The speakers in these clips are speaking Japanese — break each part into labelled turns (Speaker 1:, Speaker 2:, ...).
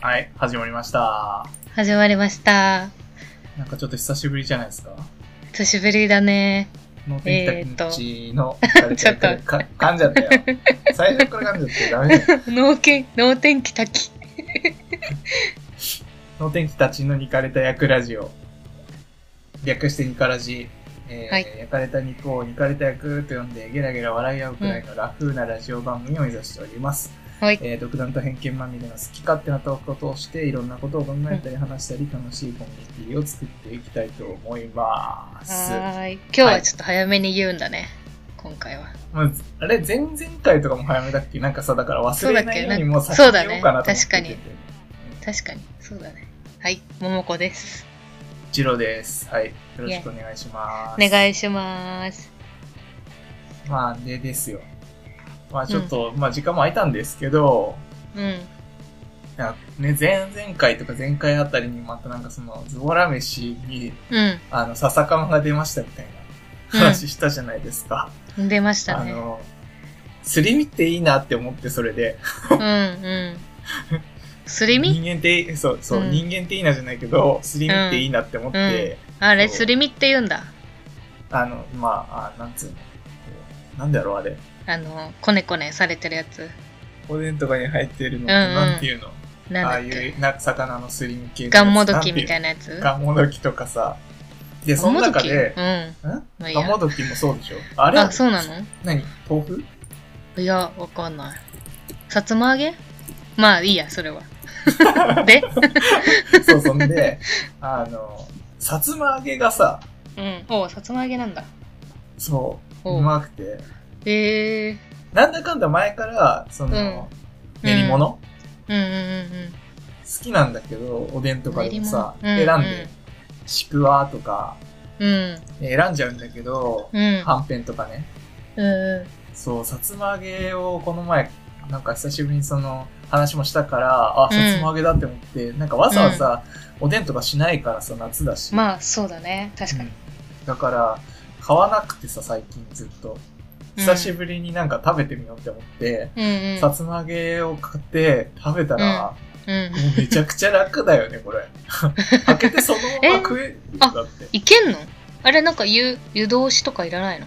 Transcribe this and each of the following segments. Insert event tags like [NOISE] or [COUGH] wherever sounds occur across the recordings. Speaker 1: はい、始まりました。
Speaker 2: 始まりました。
Speaker 1: なんかちょっと久しぶりじゃないですか。
Speaker 2: 久しぶり
Speaker 1: [LAUGHS]
Speaker 2: だね。
Speaker 1: の天
Speaker 2: え
Speaker 1: 気
Speaker 2: ー
Speaker 1: た
Speaker 2: と
Speaker 1: ちの、
Speaker 2: [LAUGHS] ちょっと
Speaker 1: か噛んじゃったよ。最初から噛んじゃってダメだ [LAUGHS] よ。
Speaker 2: 脳天、脳天気滝。
Speaker 1: の天気たちのニカれた役ラジオ。略してニカラジ。えー
Speaker 2: はい
Speaker 1: 焼かれた肉をニカれた役と呼んでゲラゲラ笑い合うくらいのラフなラジオ番組を目指しております。
Speaker 2: はい。
Speaker 1: えー独断と偏見まみれの好き勝手なトークを通していろんなことを考えたり話したり楽しいコミュニティを作っていきたいと思います。
Speaker 2: はーい。今日はちょっと早めに言うんだね。今回は。
Speaker 1: まあ、あれ、前々回とかも早めだっけなんかさ、だから忘れないようにもう先
Speaker 2: そう
Speaker 1: に
Speaker 2: だっけ
Speaker 1: 言おうかなと思ってて。
Speaker 2: そうだね確確かに。そうだね。はい。ももこです。
Speaker 1: ジローです。はい。よろしくお願いしま
Speaker 2: お
Speaker 1: す。
Speaker 2: 願いします。
Speaker 1: まあ、でですよ。まあ、ちょっと、まあ、時間も空いたんですけど、
Speaker 2: うん。
Speaker 1: なんかね、前々回とか前回あたりにまたなんかその、ズボラ飯に、
Speaker 2: うん。
Speaker 1: あの、笹かまが出ましたみたいな話したじゃないですか。
Speaker 2: 出ました
Speaker 1: あ
Speaker 2: ね。
Speaker 1: の、すり身っていいなって思って、それで。
Speaker 2: う
Speaker 1: [LAUGHS]
Speaker 2: んうん。すり身
Speaker 1: 人間って、そう、そう、
Speaker 2: うん
Speaker 1: 人間っていいなじゃないけど、すり身っていいなって思って、
Speaker 2: あれ、
Speaker 1: そう
Speaker 2: すり身って言うんだ。
Speaker 1: あの、まあ、あなんつうの。こうなんだろう、あれ。
Speaker 2: あの、こねこねされてるやつ。
Speaker 1: おでんとかに入ってるの、
Speaker 2: ん
Speaker 1: なんていうのあ
Speaker 2: な
Speaker 1: あ
Speaker 2: ん
Speaker 1: い
Speaker 2: だっけ。
Speaker 1: う、な、魚のすり身系のやつ。
Speaker 2: ガンモドキみたい
Speaker 1: な
Speaker 2: なやつ
Speaker 1: てうの。ガンモドキとかさ。で、その
Speaker 2: ガンモド
Speaker 1: 中
Speaker 2: キ
Speaker 1: で、
Speaker 2: うんん。まあいいや
Speaker 1: ガンモドキもそうでしょあれ
Speaker 2: あ、そうなの
Speaker 1: 何豆腐 [LAUGHS]
Speaker 2: いや、わかんない。さつま揚げまあいいや、それは。 [LAUGHS] で、
Speaker 1: そう、そんで、あの、さつま揚げがさ、
Speaker 2: うん。おうさつま揚げなんだ。
Speaker 1: そう、
Speaker 2: お
Speaker 1: う
Speaker 2: う
Speaker 1: まくて。
Speaker 2: えー。
Speaker 1: なんだかんだ前から、その、
Speaker 2: うん
Speaker 1: 練り物
Speaker 2: うんうんうんうん。
Speaker 1: 好きなんだけど、おでんとかでもさ、
Speaker 2: 練り
Speaker 1: 選
Speaker 2: 物
Speaker 1: ん
Speaker 2: うん
Speaker 1: で、ちくわとか、
Speaker 2: うん。
Speaker 1: 選んじゃうんだけど、
Speaker 2: うん。
Speaker 1: はんぺんとかね。
Speaker 2: うん。
Speaker 1: そう、さつま揚げをこの前、なんか久しぶりにその話もしたから、あ、
Speaker 2: うん
Speaker 1: さつま揚げだって思って、なんかわざわざおでんとかしないからさ、夏だし。
Speaker 2: まあ、そうだね。確かに。
Speaker 1: うんだから、買わなくてさ、最近ずっと。
Speaker 2: うん
Speaker 1: 久しぶりになんか食べてみようって思って、
Speaker 2: うんうん。
Speaker 1: さつま揚げを買って食べたら、
Speaker 2: うん。
Speaker 1: もうめちゃくちゃ楽だよね、これ。
Speaker 2: [LAUGHS]
Speaker 1: 開けてそのまま食えるんだって。
Speaker 2: いけんのあれ、なんか湯、湯通しとかいらないの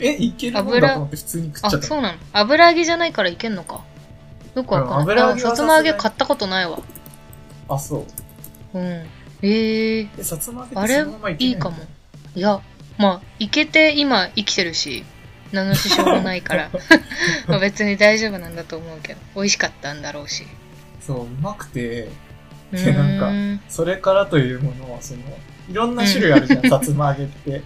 Speaker 1: え、いけるもんだと思って普通に食っ
Speaker 2: あ、
Speaker 1: ちゃった
Speaker 2: そ。うなの油揚げじゃないからいけんのか。よくわかん
Speaker 1: う
Speaker 2: なんい。
Speaker 1: 油揚
Speaker 2: あ
Speaker 1: げは
Speaker 2: さつま揚げ
Speaker 1: さすが
Speaker 2: 買ったことないわ。
Speaker 1: あ、そう。
Speaker 2: うん。えー。
Speaker 1: え、さつま揚
Speaker 2: あ
Speaker 1: げって
Speaker 2: れ
Speaker 1: そのままいけない
Speaker 2: いいかも。いや、まあ、いけて今生きてるし、何の支障もな
Speaker 1: [LAUGHS]
Speaker 2: いから、まあ別に大丈夫なんだと思うけど、美味しかったんだろうし。
Speaker 1: そう、うまくて、
Speaker 2: う
Speaker 1: で [LAUGHS] なんか
Speaker 2: ーん
Speaker 1: それからというものは、その、いろんな種類あるじゃ
Speaker 2: [LAUGHS]
Speaker 1: ん、さつま揚げって。例え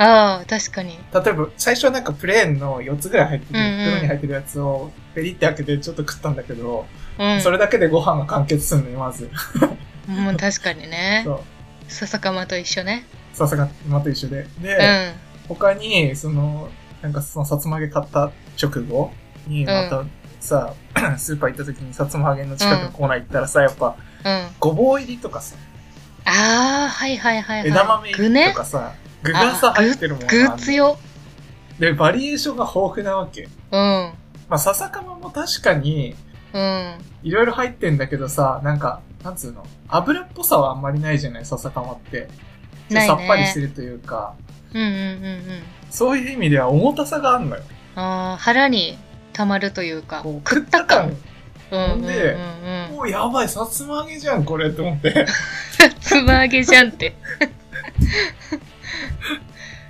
Speaker 2: ああ、確かに。
Speaker 1: ば、最初はなんかプレーンの4つぐらい入ってる、
Speaker 2: うんうん
Speaker 1: 袋に入ってるやつを、ペリって開けてちょっと食ったんだけど、
Speaker 2: うん。
Speaker 1: それだけでご飯が完結するのよ、まず。
Speaker 2: もう確かにね
Speaker 1: そ。う。
Speaker 2: 笹かまと一緒ね。
Speaker 1: さすが、馬と一緒で。で、
Speaker 2: うん。
Speaker 1: 他に、その、なんかそのさつま揚げ買った直後に、また、さ、 [CLEARS THROAT] スーパー行った時にさつま揚げの近くのコーナー行ったらさ、やっぱ、
Speaker 2: うん。あ
Speaker 1: ごぼう入りとかさ、
Speaker 2: あ、はいはいはい、はい。
Speaker 1: 枝豆
Speaker 2: 具
Speaker 1: 入り
Speaker 2: ね
Speaker 1: と。かさ、具がさ、
Speaker 2: あ具
Speaker 1: 入ってるもん
Speaker 2: 具
Speaker 1: な
Speaker 2: 強。
Speaker 1: で、バリエーションが豊富なわけ。
Speaker 2: うん。
Speaker 1: まあ、笹かまも確かに、
Speaker 2: うん。
Speaker 1: いろいろ入ってんだけどさ、なんか、なんつうの、油っぽさはあんまりないじゃない、笹かまって。
Speaker 2: ないね
Speaker 1: さっぱりするというか、
Speaker 2: うんうんうんうん。
Speaker 1: そういう意味では重たさがあんのよ。
Speaker 2: ああ、腹に溜まるというか。
Speaker 1: こう食った感。
Speaker 2: うんうんうん
Speaker 1: で
Speaker 2: うん。
Speaker 1: もうやばい、さつま揚げじゃん、これって思って。
Speaker 2: [LAUGHS] さ [LAUGHS] つま揚げじゃんって。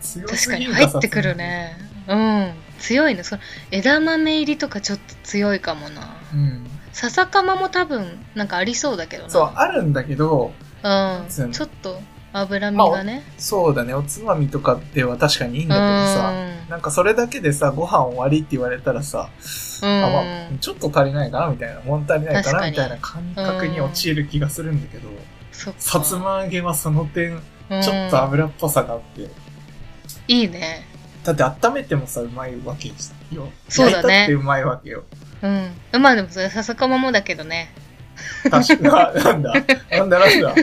Speaker 1: 強
Speaker 2: 確
Speaker 1: す
Speaker 2: か
Speaker 1: ぎ
Speaker 2: に
Speaker 1: る
Speaker 2: 入ってくる。ね。うん。強いね。それ枝豆入りとかちょっと強いかもな。
Speaker 1: さつま揚げうん。
Speaker 2: 笹かまも多分なんかありそうだけどな。
Speaker 1: そう、あるんだけど、
Speaker 2: う。
Speaker 1: そうん
Speaker 2: ちょっと脂身がね。
Speaker 1: そうだね、おつまみとかでは確かにいいんだけどさ、
Speaker 2: う
Speaker 1: なんかそれだけでさ、ご飯終わりって言われたらさ、
Speaker 2: ん。
Speaker 1: あ
Speaker 2: う
Speaker 1: まあ
Speaker 2: ん。
Speaker 1: ちょっと足りないかなみたいな、物足りないか
Speaker 2: 確か
Speaker 1: な
Speaker 2: に
Speaker 1: みたいな感覚に陥る気がするんだけど、
Speaker 2: そっか
Speaker 1: さつま揚げはその点、
Speaker 2: うん
Speaker 1: ちょっと油っぽさがあって、
Speaker 2: いいね。
Speaker 1: だって温めてもさ、うまいわけよ。
Speaker 2: そうだ
Speaker 1: 焼い
Speaker 2: ね
Speaker 1: たってうまいわけよ。
Speaker 2: うん。まあでもそれ笹かまもだけどね。
Speaker 1: 確
Speaker 2: [LAUGHS]
Speaker 1: か、なんだ、なんだなんだ。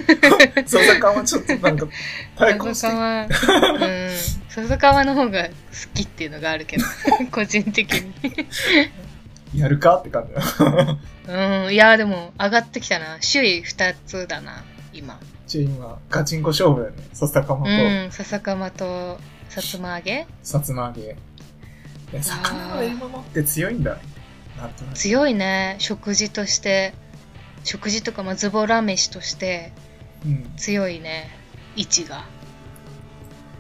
Speaker 1: [LAUGHS] そさかもちょっとなんか、対抗し
Speaker 2: 笹
Speaker 1: て
Speaker 2: か、ま、うん。 [LAUGHS] 笹かまの方が好きっていうのがあるけど。個人的に。
Speaker 1: やるかって感じだ。
Speaker 2: うん、いやーでも上がってきたな。首位2つだな、今。
Speaker 1: チームはガチンコ勝負だよね。笹かまと、
Speaker 2: うん、笹かまとさつま揚げ
Speaker 1: さつま揚げ。いや魚の獲物って強いんだ。なんとなく。
Speaker 2: 強いね、食事として。食事とか、まあ、ズボラ飯として
Speaker 1: うん。
Speaker 2: 強いね、位置が。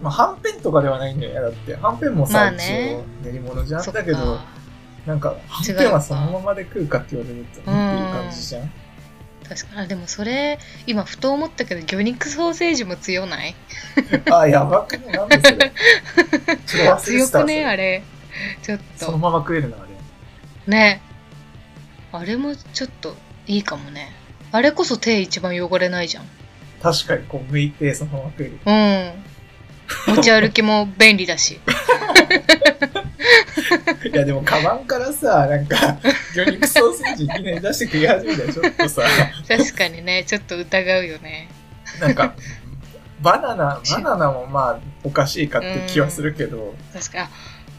Speaker 1: まあ、はんぺんとかではないんだよね。だって、はんぺんもさ、
Speaker 2: まあね
Speaker 1: 一応練り物じゃん。
Speaker 2: そっ
Speaker 1: だ
Speaker 2: か
Speaker 1: けど、なんか、はんぺんはそのままで食うかって言われると、っていう感じじゃん。
Speaker 2: 確かに。あでもそれ、今ふと思ったけど、魚肉ソーセージも強ない
Speaker 1: あ、やばくね。なんでそれ。ちょっと忘れ
Speaker 2: [LAUGHS] 強
Speaker 1: てたわ。
Speaker 2: く
Speaker 1: そ
Speaker 2: ね
Speaker 1: れ
Speaker 2: あれ。ちょっ
Speaker 1: その
Speaker 2: と。
Speaker 1: まま食えるな、あれ。
Speaker 2: ね。あれもちょっといいかもね。あれこそ手一番汚れないじゃん。
Speaker 1: 確かに、こう、剥いて、そのまま食える。
Speaker 2: うん。持ち歩きも便利だし。
Speaker 1: いや、でも、カバンからさ、なん
Speaker 2: [LAUGHS]
Speaker 1: か、魚肉ソーセージいきなり出して食い始めたら、ちょっとさ、
Speaker 2: 確かにね、ちょっと疑うよね。
Speaker 1: なんか、バナナ、バナナもまあ、おかしいかって気はするけど、
Speaker 2: 確かに。あ、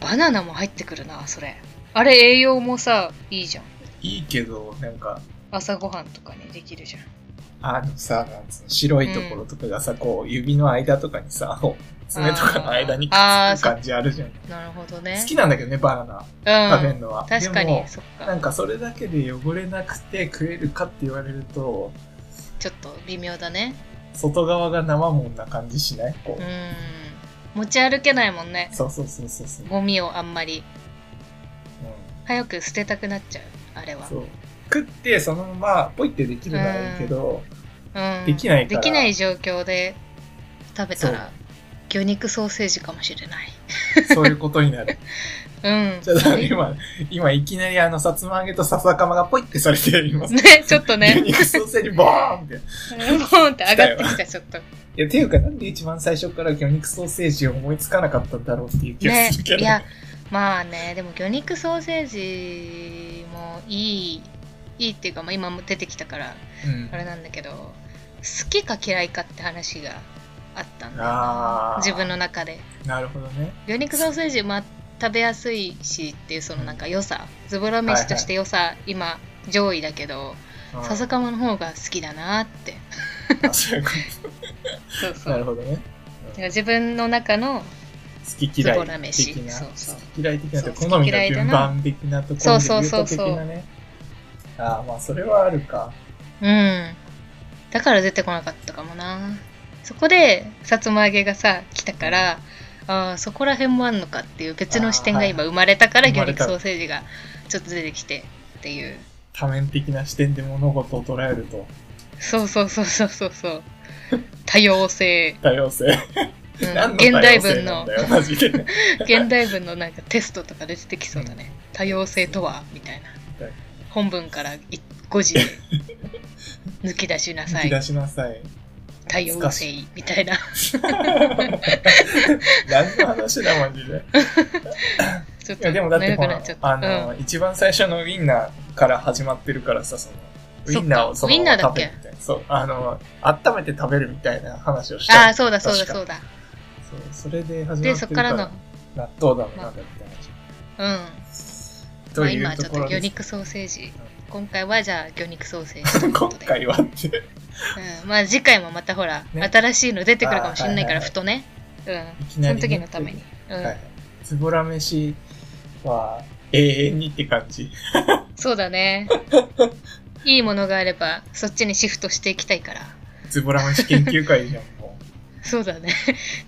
Speaker 2: バナナも入ってくるな、それ。あれ栄養もさ、いいじゃん。
Speaker 1: いいけど、なんか、
Speaker 2: 朝ごはんとかにできるじゃん。
Speaker 1: あのさ、なんつうの、白いところとかがさ、こう、指の間とかにさ、こう爪とかの間にくっ
Speaker 2: あー
Speaker 1: つく感じあるじゃん。好
Speaker 2: なるほどね。
Speaker 1: きなんだけどね、バナ
Speaker 2: うん
Speaker 1: ナ食べるのは。
Speaker 2: 確か
Speaker 1: でも
Speaker 2: に、、そっ
Speaker 1: な
Speaker 2: か。
Speaker 1: んかそれだけで汚れなくて食えるかって言われると、
Speaker 2: ちょっと微妙だね。
Speaker 1: 外側が生もんな感じしないこ
Speaker 2: う
Speaker 1: う、
Speaker 2: ん。持ち歩けないもんね。
Speaker 1: そうそうそうそうそう。
Speaker 2: ゴミをあんまり。
Speaker 1: う
Speaker 2: 早く捨てたくなっちゃう、あれ
Speaker 1: ん、
Speaker 2: は。
Speaker 1: そう食って、そのまま、ポイってできるならいいけど、
Speaker 2: うん。
Speaker 1: できないから
Speaker 2: できない状況で食べた
Speaker 1: そ
Speaker 2: ら、魚肉ソーセージかもしれない。
Speaker 1: そういうことになる。
Speaker 2: [LAUGHS] うん。
Speaker 1: ちょっと今、今いきなりあの、さつま揚げとささかまがポイってされています。
Speaker 2: ね、ちょっと
Speaker 1: 牛
Speaker 2: ね、
Speaker 1: 肉ソーセージボーンって。い
Speaker 2: ポンって上がってきた、ちょっと。
Speaker 1: や、ていうかなんで一番最初から魚肉ソーセージを思いつかなかったんだろうっていう気が
Speaker 2: ね
Speaker 1: するけ、ど。
Speaker 2: いや、まあね、でも魚肉ソーセージもいい、いいっていうか、まあ今も出てきたから、
Speaker 1: うん
Speaker 2: あれなんだけど、好きか嫌いかって話があったんだよ
Speaker 1: あ
Speaker 2: な
Speaker 1: ー
Speaker 2: 自分の中で。
Speaker 1: なるほどね。
Speaker 2: 魚肉ソーセージ、まあ食べやすいしっていう、そのなんか良さ、ズボラ飯として良さ、今、上位だけど、
Speaker 1: うん
Speaker 2: 笹かまの方が好きだなって。
Speaker 1: [LAUGHS] そういうこ
Speaker 2: そうそ
Speaker 1: となる
Speaker 2: う。
Speaker 1: ほどね。
Speaker 2: だから自分の中の
Speaker 1: 好き嫌
Speaker 2: ズボラ
Speaker 1: い
Speaker 2: 飯
Speaker 1: 的な。
Speaker 2: そうそう
Speaker 1: 好き嫌い的なと
Speaker 2: そう
Speaker 1: 好み
Speaker 2: 好
Speaker 1: の
Speaker 2: き嫌いだ
Speaker 1: 順
Speaker 2: な
Speaker 1: 番的なところで
Speaker 2: そ
Speaker 1: 言
Speaker 2: う
Speaker 1: う
Speaker 2: そ
Speaker 1: と
Speaker 2: うそ
Speaker 1: 的
Speaker 2: うそう
Speaker 1: なね。ああ、まあそれはあるか。
Speaker 2: うん。だから出てこなかったかもな。そこで、さつま揚げがさ、来たから、ああ、そこら辺もあんのかっていう別の視点
Speaker 1: あー
Speaker 2: が
Speaker 1: はい
Speaker 2: 今生まれたから、
Speaker 1: 生ま
Speaker 2: 魚
Speaker 1: れ
Speaker 2: 肉
Speaker 1: た
Speaker 2: ソーセージがちょっと出てきてっていう。
Speaker 1: 多面的な視点で物事を捉えると、
Speaker 2: そうそうそうそうそうそう。多様性。
Speaker 1: 多様性。
Speaker 2: う
Speaker 1: [LAUGHS]
Speaker 2: ん
Speaker 1: 何の
Speaker 2: 現
Speaker 1: 多
Speaker 2: 代
Speaker 1: 様性
Speaker 2: 文
Speaker 1: なん
Speaker 2: の
Speaker 1: だ、よ、マ
Speaker 2: [LAUGHS]
Speaker 1: ジで。
Speaker 2: 現代文のなんかテストとか出てきそうだね。多様性とはみたいな
Speaker 1: はい。
Speaker 2: 本文から5時で抜き出しな
Speaker 1: 引
Speaker 2: さ
Speaker 1: き出
Speaker 2: い。
Speaker 1: しなさい。
Speaker 2: 多様性みたいな。
Speaker 1: 何の話だ、マジで。
Speaker 2: ちょっ
Speaker 1: い
Speaker 2: と
Speaker 1: や、でもだって
Speaker 2: 長
Speaker 1: ほ
Speaker 2: くな
Speaker 1: ら
Speaker 2: っちゃっ、た。
Speaker 1: あ
Speaker 2: うん
Speaker 1: の、一番最初のウィンナーから始まってるからさ、その、ウィンナーをそ
Speaker 2: そっか
Speaker 1: のま
Speaker 2: ウ
Speaker 1: ま
Speaker 2: ィンナーだっ
Speaker 1: 食
Speaker 2: け
Speaker 1: べるみたいな。そう、あの、温めて食べるみたいな話をした。
Speaker 2: ああ、そうだそうだ
Speaker 1: 確か
Speaker 2: そうだ。
Speaker 1: そう、それで始まってるから。
Speaker 2: で、そっからの、
Speaker 1: 納豆だのなんだみたいな話。
Speaker 2: うん。ま
Speaker 1: と
Speaker 2: あ、
Speaker 1: い
Speaker 2: 今
Speaker 1: う
Speaker 2: ちょ
Speaker 1: と
Speaker 2: っ
Speaker 1: ことろ
Speaker 2: 魚
Speaker 1: です。
Speaker 2: 肉ソーセージ。今回はじゃあ魚肉ソーセージというこ
Speaker 1: [LAUGHS] 今
Speaker 2: とで。
Speaker 1: 回はって、
Speaker 2: うん。まあ次回もまたほら、
Speaker 1: ね
Speaker 2: 新しいの出てくるかもしれないか
Speaker 1: あー
Speaker 2: ら、
Speaker 1: はいはいはい
Speaker 2: ふとね。うん。
Speaker 1: いき
Speaker 2: そ
Speaker 1: なり
Speaker 2: の
Speaker 1: ね
Speaker 2: 時のために。うん。
Speaker 1: はい。ズボラ飯は永遠にって感じ。
Speaker 2: そうだ
Speaker 1: [LAUGHS]
Speaker 2: ね。いいものがあれば、そっちにシフトしていきたいから。
Speaker 1: ズボラ飯研究会じゃん、
Speaker 2: [LAUGHS]
Speaker 1: もう。
Speaker 2: そうだ
Speaker 1: [LAUGHS]
Speaker 2: ね。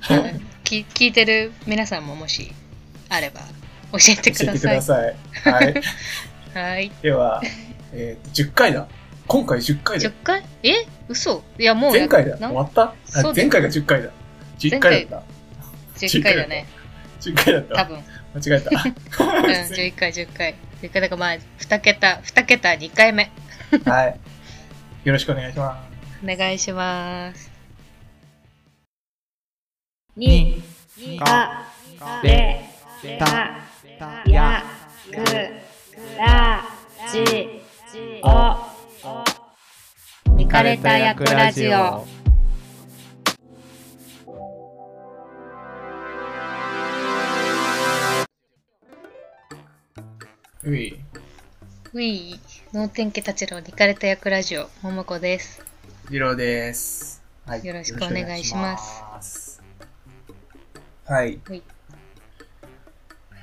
Speaker 1: はい
Speaker 2: うんき聞いてる皆さんももし、あれば、教えてく
Speaker 1: 教え
Speaker 2: だ
Speaker 1: てく
Speaker 2: さい。
Speaker 1: ださい。はい。
Speaker 2: はい。
Speaker 1: で
Speaker 2: [LAUGHS]
Speaker 1: は、えっ、と、10回だ。今回10回だ
Speaker 2: 10。回え嘘いや、もうや
Speaker 1: 前回だ。終
Speaker 2: なん
Speaker 1: わったあ
Speaker 2: そうだ
Speaker 1: 前
Speaker 2: よ
Speaker 1: 回が10回だ。10回だっ
Speaker 2: 10回だね。
Speaker 1: た。10回だっ
Speaker 2: 多
Speaker 1: た。
Speaker 2: 分。
Speaker 1: 間違えた。
Speaker 2: うん、11回、10回。10回だからまあ、2桁、2桁2回目。
Speaker 1: はい。よろしくお願いしま
Speaker 2: お願いします。
Speaker 1: す。に、
Speaker 3: かべたやくらじお見かれた役ラジオ
Speaker 1: うい。
Speaker 2: ウィー、脳天気たちのリカレた役ラジオ、ももこです。
Speaker 1: りろうです。はい。
Speaker 2: よろしくお願いします
Speaker 1: よろしくお願いします。はい。
Speaker 2: は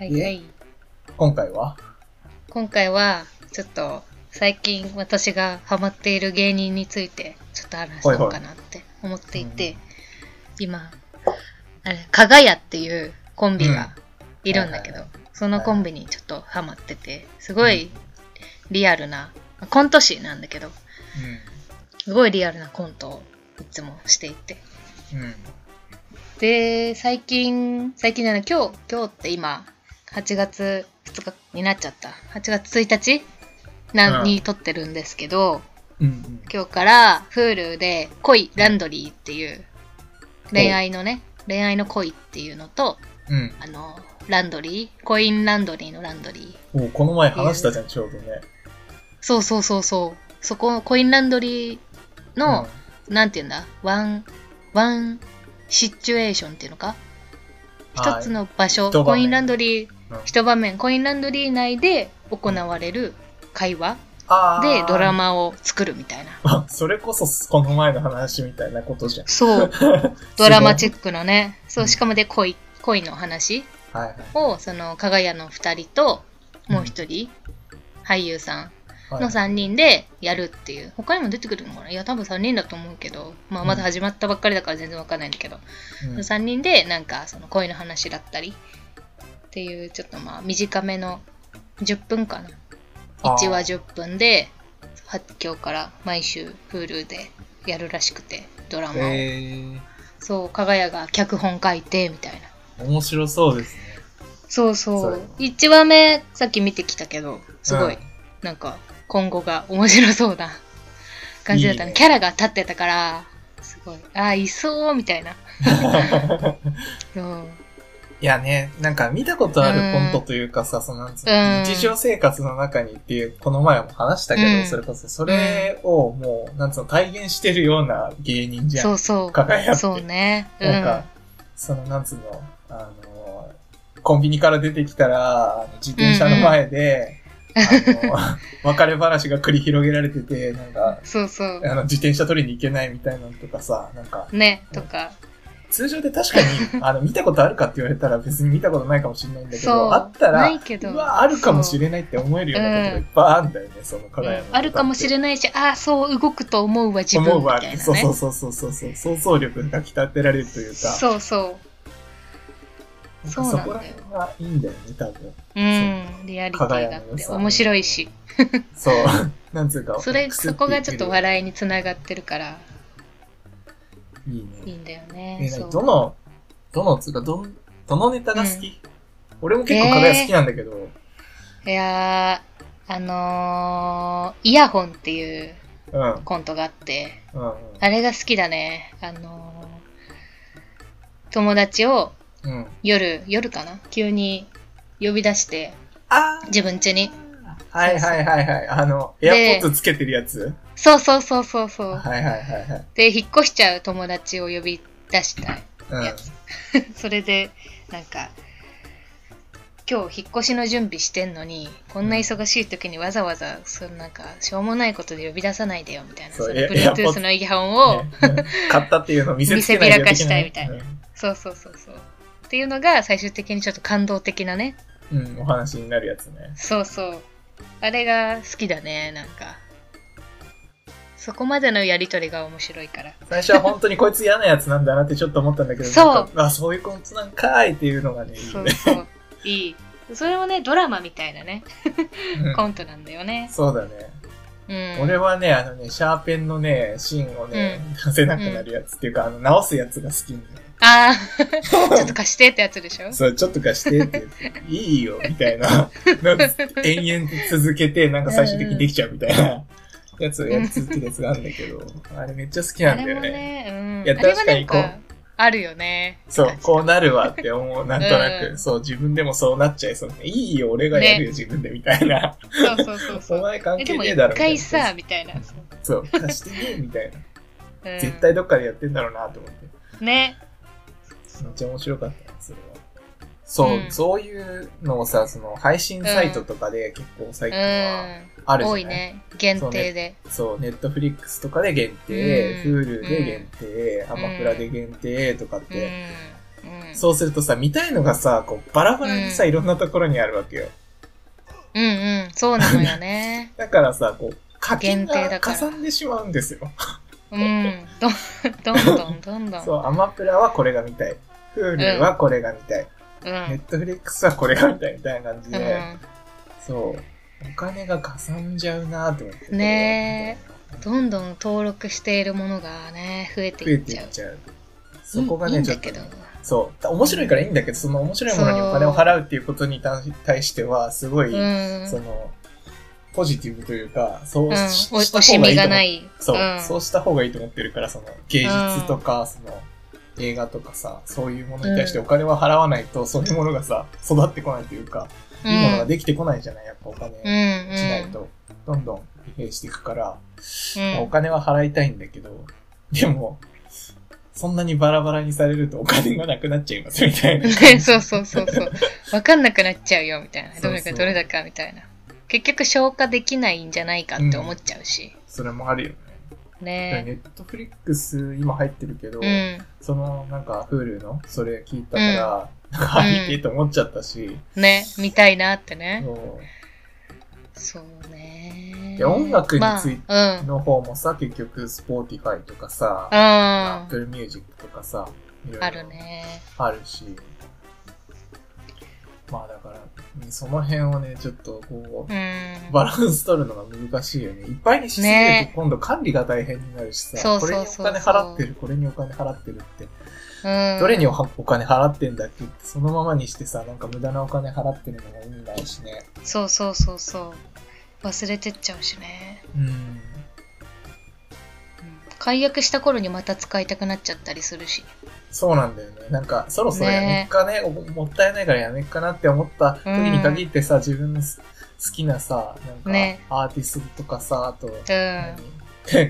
Speaker 2: いはい。
Speaker 1: 今回は
Speaker 2: 今回は、ちょっと、最近私がハマっている芸人について、ちょっと話そうかなって思っていて、
Speaker 1: はいは
Speaker 2: 今、あれ、かがやっていうコンビがいるんだけど、
Speaker 1: はい
Speaker 2: そのコンビにちょっとハマってて、すごいリアルな、コント師なんだけど、すごいリアルなコントをいつもしていて。
Speaker 1: うん。うん。
Speaker 2: で、最近、最近じゃない、今日、今日って今、8月2日になっちゃった。8月1日な、
Speaker 1: うん
Speaker 2: に撮ってるんですけど、
Speaker 1: うんうん。
Speaker 2: 今日から Hulu で恋ランドリーっていう、恋愛のね、恋愛の恋っていうのと、
Speaker 1: うん。
Speaker 2: あの、ランドリー、コインランドリーのランドリー。
Speaker 1: もうこの前話したじゃん、ちょうどね。
Speaker 2: そうそうそうそう。そこ、コインランドリーの、なんていうんだ、ワン、ワンシチュエーションっていうのか
Speaker 1: はい
Speaker 2: 一つの場所、
Speaker 1: 一場面
Speaker 2: コインランドリー、
Speaker 1: うん
Speaker 2: 一場面、コインランドリー内で行われる会話
Speaker 1: あー
Speaker 2: でドラ。マを作るみたい
Speaker 1: [LAUGHS]
Speaker 2: な。
Speaker 1: あそれこそこの前の話みたいなことじゃん。
Speaker 2: そう、ドラマチックなね。そう、しかもで恋、恋の話
Speaker 1: はいはい
Speaker 2: を、その、かがやの二人と、もう一人、俳優さん
Speaker 1: はい。
Speaker 2: の三人でやるっていう。他にも出てくるのかないや、多分三人だと思うけど、まあ、まだ始まったばっかりだから全然わかんないんだけど。
Speaker 1: うん
Speaker 2: 3人でなんかその恋の話だったりっていうちょっとまあ短めの10分かな
Speaker 1: あー
Speaker 2: 1話10分では今日から毎週 Hulu でやるらしくてドラマを、
Speaker 1: へ
Speaker 2: そう加賀谷が脚本書いてみたいな
Speaker 1: ー、面白そうですね。
Speaker 2: そうそう
Speaker 1: そう
Speaker 2: 1話目さっき見てきたけどすごい、
Speaker 1: うん
Speaker 2: なんか今後が面白そうな [LAUGHS] 感じだった
Speaker 1: い
Speaker 2: ね
Speaker 1: いね
Speaker 2: キャラが立ってたからすごいああいそうみたいな
Speaker 1: [LAUGHS]
Speaker 2: そう
Speaker 1: いやね、なんか見たことあるコントというかさ、そのなんつうの
Speaker 2: うん
Speaker 1: 日常生活の中にっていう、この前も話したけど、
Speaker 2: うん
Speaker 1: それこそ、それをもう、なんつうの、体現してるような芸人じゃん。
Speaker 2: そうそう
Speaker 1: 輝って
Speaker 2: そうね。うん。
Speaker 1: なんか、その、なんつうの、あの、コンビニから出てきたら、あの自転車の前で、あの、 [LAUGHS] 別れ話が繰り広げられてて、なんか、
Speaker 2: そうそう。
Speaker 1: あの、自転車取りに行けないみたいなのとかさ、なんか、
Speaker 2: ね、とか。
Speaker 1: 通常で確かに、あの、見たことあるかって言われたら別に見たことないかもしれないんだけ
Speaker 2: そう。
Speaker 1: ど、あったら
Speaker 2: な、いけど。
Speaker 1: うわ、あるかもしれないって思えるようなことがいっぱいあるんだよね、その課題
Speaker 2: うんあるかもしれ
Speaker 1: ない
Speaker 2: ないし、ああ、そう動くと思うわ、自分
Speaker 1: 思う
Speaker 2: み
Speaker 1: わ
Speaker 2: たいな、ね。
Speaker 1: そうそうそうそうそうそう、想像力が鍛えられるというか、
Speaker 2: そうそ
Speaker 1: なん
Speaker 2: そ
Speaker 1: かそ
Speaker 2: うなんだよ
Speaker 1: こら辺がいいんだよね、多分。
Speaker 2: う。うん。リアリティがあ
Speaker 1: 輝
Speaker 2: っ
Speaker 1: く良
Speaker 2: て、
Speaker 1: さ
Speaker 2: 面白いし。
Speaker 1: そう、なんつうか、
Speaker 2: それ、そこがちょっと笑い
Speaker 1: い。
Speaker 2: につながってるから、
Speaker 1: いい
Speaker 2: いい
Speaker 1: ね。
Speaker 2: んだよ
Speaker 1: え
Speaker 2: ね。
Speaker 1: な
Speaker 2: そ
Speaker 1: に
Speaker 2: う
Speaker 1: どの、どのつうか、どん、どのネタが好き、俺も結構課題好きなんだけど、
Speaker 2: いやー、あのー、イヤホンっていう
Speaker 1: うん、
Speaker 2: コントがあって、
Speaker 1: うん、
Speaker 2: あれが好きだね。あのー、友達を
Speaker 1: うん。うん。
Speaker 2: 夜、夜かな急に呼び出して、
Speaker 1: あー
Speaker 2: 自分家に。
Speaker 1: はいはいはいはい。あの、エアポ
Speaker 2: で
Speaker 1: ッツつけてるやつ
Speaker 2: そうそうそうそうそう。
Speaker 1: はいはいはいはい。
Speaker 2: で、引っ越しちゃう友達を呼び出したい。 [LAUGHS]
Speaker 1: うん。
Speaker 2: やつそれで、なんか、今日引っ越しの準備してんのに、こんな忙しい時にわざわざ、そのなんか、しょうもないことで呼び出さないでよ、みたいな。そ
Speaker 1: そう
Speaker 2: の
Speaker 1: エアエアポッ
Speaker 2: Bluetooth のイヤホンを、
Speaker 1: ね買ったっていうのを見せつけない
Speaker 2: 見せびらかしたいみたいな
Speaker 1: な。
Speaker 2: そうそうそうそう。っていうのが最終的にちょっと感動的なね。
Speaker 1: うん、うんお話になるやつね。
Speaker 2: そうそう。あれが好きだね、なんか。そこまでのやりとりが面白いから。
Speaker 1: 最初は本当にこいつ嫌なやつなんだなってちょっと思ったんだけど、
Speaker 2: そう
Speaker 1: なんかあ、そういうコントなんかーいっていうのがね、いい
Speaker 2: そ
Speaker 1: よ
Speaker 2: う
Speaker 1: ね。
Speaker 2: そう。いい。それもね、ドラマみたいなね、
Speaker 1: うん
Speaker 2: コントなんだよね。
Speaker 1: そうだね。
Speaker 2: うん。
Speaker 1: 俺はね、あのね、シャーペンのね、芯をね、出せなくなるやつっていうか、あの、直すやつが好きなんだよ。
Speaker 2: ああ、 [LAUGHS] ちょっと貸してってやつでしょ
Speaker 1: そう、ちょっと貸してって言って、いいよ、みたいな。なんか延々と続けて、なんか最終的にできちゃうみたいなやつをやり続けたやつがあるんだけど、あれめっちゃ好きな
Speaker 2: あ
Speaker 1: ん
Speaker 2: れ
Speaker 1: だよ
Speaker 2: も
Speaker 1: ね。
Speaker 2: ね、
Speaker 1: いうや
Speaker 2: ん。あれは
Speaker 1: 確か
Speaker 2: なん
Speaker 1: にこう
Speaker 2: か、あるよね。
Speaker 1: そう、 [LAUGHS] こうなるわって思う、なんとな
Speaker 2: う
Speaker 1: く。
Speaker 2: ん
Speaker 1: そう、自分でもそうなっちゃいそう。いいよ、俺がやるよ、自分で、みたいな。
Speaker 2: そうそうそうそ
Speaker 1: お
Speaker 2: う。
Speaker 1: 前関
Speaker 2: えで
Speaker 1: 係
Speaker 2: も
Speaker 1: ねえ
Speaker 2: 一
Speaker 1: だろ。みたい
Speaker 2: 回
Speaker 1: な
Speaker 2: さ、みたいな。
Speaker 1: そう、貸してねえ、みたいな。
Speaker 2: うん
Speaker 1: 絶対どっかでやってんだろうな、と思って。
Speaker 2: ね。
Speaker 1: めっちゃ面白かったな、それは。そう、
Speaker 2: うん
Speaker 1: そういうのをさ、その配信サイトとかで結構最近は
Speaker 2: う
Speaker 1: ある
Speaker 2: ん。
Speaker 1: じゃ
Speaker 2: 多
Speaker 1: ない、
Speaker 2: いね。限定で。
Speaker 1: そう、ネットフリックスとかで限定、
Speaker 2: うん
Speaker 1: Hulu で限定、
Speaker 2: ん
Speaker 1: Amapla で限定とかって、
Speaker 2: うん。うん。
Speaker 1: そうするとさ、見たいのがさ、こうバラバラにさ、
Speaker 2: うん
Speaker 1: いろんなところにあるわけよ。。
Speaker 2: うんうん。そうなのよね
Speaker 1: だからさ、こう、課金
Speaker 2: 限定
Speaker 1: が
Speaker 2: だ
Speaker 1: か
Speaker 2: か
Speaker 1: らさんでしまうんですよ。
Speaker 2: うん。どん、どんどんどんど
Speaker 1: [LAUGHS]
Speaker 2: ん。
Speaker 1: そう、アマプラはこれが見たい。Hulu はこれが見たい。
Speaker 2: う
Speaker 1: ネッ
Speaker 2: ん。
Speaker 1: トフリックスはこれが見たいみたいな感じ
Speaker 2: う
Speaker 1: で、
Speaker 2: ん。
Speaker 1: そう、お金がかさんじゃうなと思って。
Speaker 2: ねどんどん登録しているものがね、増えて
Speaker 1: 増え
Speaker 2: いって
Speaker 1: い
Speaker 2: ちゃう
Speaker 1: っ。ちゃう。そこがね、
Speaker 2: いいん
Speaker 1: ちょ
Speaker 2: だ
Speaker 1: っと
Speaker 2: けど
Speaker 1: ね、。そう、面白いからいいんだけど、その面白いものにお金を払うっていうことに対し対しては、すごい、
Speaker 2: うん。
Speaker 1: その、ポジティブというか、そう
Speaker 2: うん、お
Speaker 1: しした
Speaker 2: 惜し
Speaker 1: 方がいい
Speaker 2: み
Speaker 1: と
Speaker 2: が
Speaker 1: 思
Speaker 2: な
Speaker 1: う。
Speaker 2: い。
Speaker 1: そう、
Speaker 2: うん、
Speaker 1: そうした方がいいと思ってるから、その芸術とか、その映画とかさ、そういうものに対してお金は払わないと、そういうものがさ、育ってこないというか、
Speaker 2: うん、
Speaker 1: いいものができてこないじゃない、やっぱお金
Speaker 2: う
Speaker 1: し
Speaker 2: ん、うん、
Speaker 1: ないと、どんどん疲弊していくから、
Speaker 2: うん
Speaker 1: お金は払いたいんだけど、でも、そんなにバラバラにされるとお金がなくなっちゃいますみた
Speaker 2: [LAUGHS]
Speaker 1: いな。
Speaker 2: ね、そうそうそうそう。わかんなくなっちゃうよ、みたいな。どれ
Speaker 1: そうそ
Speaker 2: が
Speaker 1: う
Speaker 2: どれだか、みたいな。結局消化できないんじゃないかって思っちゃうし。
Speaker 1: それもあるよね。ネ
Speaker 2: ね
Speaker 1: ットフリックス今入ってるけど、
Speaker 2: え。
Speaker 1: そのなんか Hulu のそれ聞いたから、なんか
Speaker 2: うん
Speaker 1: 見てと思っちゃったし、
Speaker 2: うん。ね、見たいなってね。
Speaker 1: そ
Speaker 2: そうね
Speaker 1: い。や音楽について
Speaker 2: ま
Speaker 1: うの方もさ、結局 Spotify とかさ、
Speaker 2: あ、うん。うん。
Speaker 1: Apple Music とかさ、いろいろ
Speaker 2: あるね。
Speaker 1: あるし、まあだから、うんその辺をね、ちょっとこう
Speaker 2: う、ん。
Speaker 1: バランス取るのが難しいよね。いっぱいにしすぎる
Speaker 2: ね
Speaker 1: と今度管理が大変になるしさ、
Speaker 2: そう
Speaker 1: こ
Speaker 2: そう
Speaker 1: れに
Speaker 2: そ
Speaker 1: お
Speaker 2: うそう
Speaker 1: 金払ってる、これにお金払ってるって、
Speaker 2: うん、
Speaker 1: どれにおお金払ってんだっけって、そのままにしてさ、なんか無駄なお金払ってるのが意味ないしね。
Speaker 2: そうそうそうそう。忘れてっちゃうしね。
Speaker 1: うん。
Speaker 2: うん解約した頃にまた使いたくなっちゃったりするし。
Speaker 1: そうなんだよね。なんか、そろそろやめっかねおもったいないからやめっかなって思った時に限ってさ、自分のす好きなさ、なんか、
Speaker 2: ね
Speaker 1: アーティストとかさ、あと、
Speaker 2: うん。
Speaker 1: 何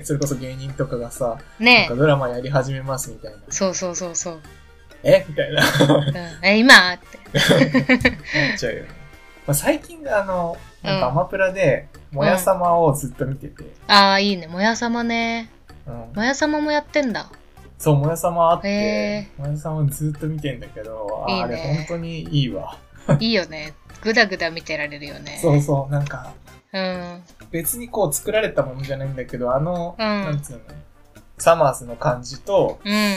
Speaker 1: [LAUGHS] それこそ芸人とかがさ、なん
Speaker 2: ね
Speaker 1: かドラマやり始めますみたいな。
Speaker 2: そうそうそうそう。
Speaker 1: えみたいな。
Speaker 2: うん、え、今って。
Speaker 1: なっちゃうよね。まあ、最近、あの、なんか
Speaker 2: う
Speaker 1: ア
Speaker 2: ん
Speaker 1: マプラで、もやさまをずっと見てて、
Speaker 2: ああ、いいね。もやさまね。
Speaker 1: うん
Speaker 2: もやさまもやってん
Speaker 1: [LAUGHS]
Speaker 2: だ。
Speaker 1: そう、もやさまあって
Speaker 2: へ、
Speaker 1: もやさまをずっと見てんだけど、あ
Speaker 2: いいね
Speaker 1: あれ本当にいいわ。
Speaker 2: いいよね。ぐだぐだ見てられるよね。
Speaker 1: そうそう、なんか、
Speaker 2: うん。
Speaker 1: 別にこう作られたものじゃないんだけど、あの、
Speaker 2: うん
Speaker 1: なんつうの、サマーズの感じと、
Speaker 2: うん。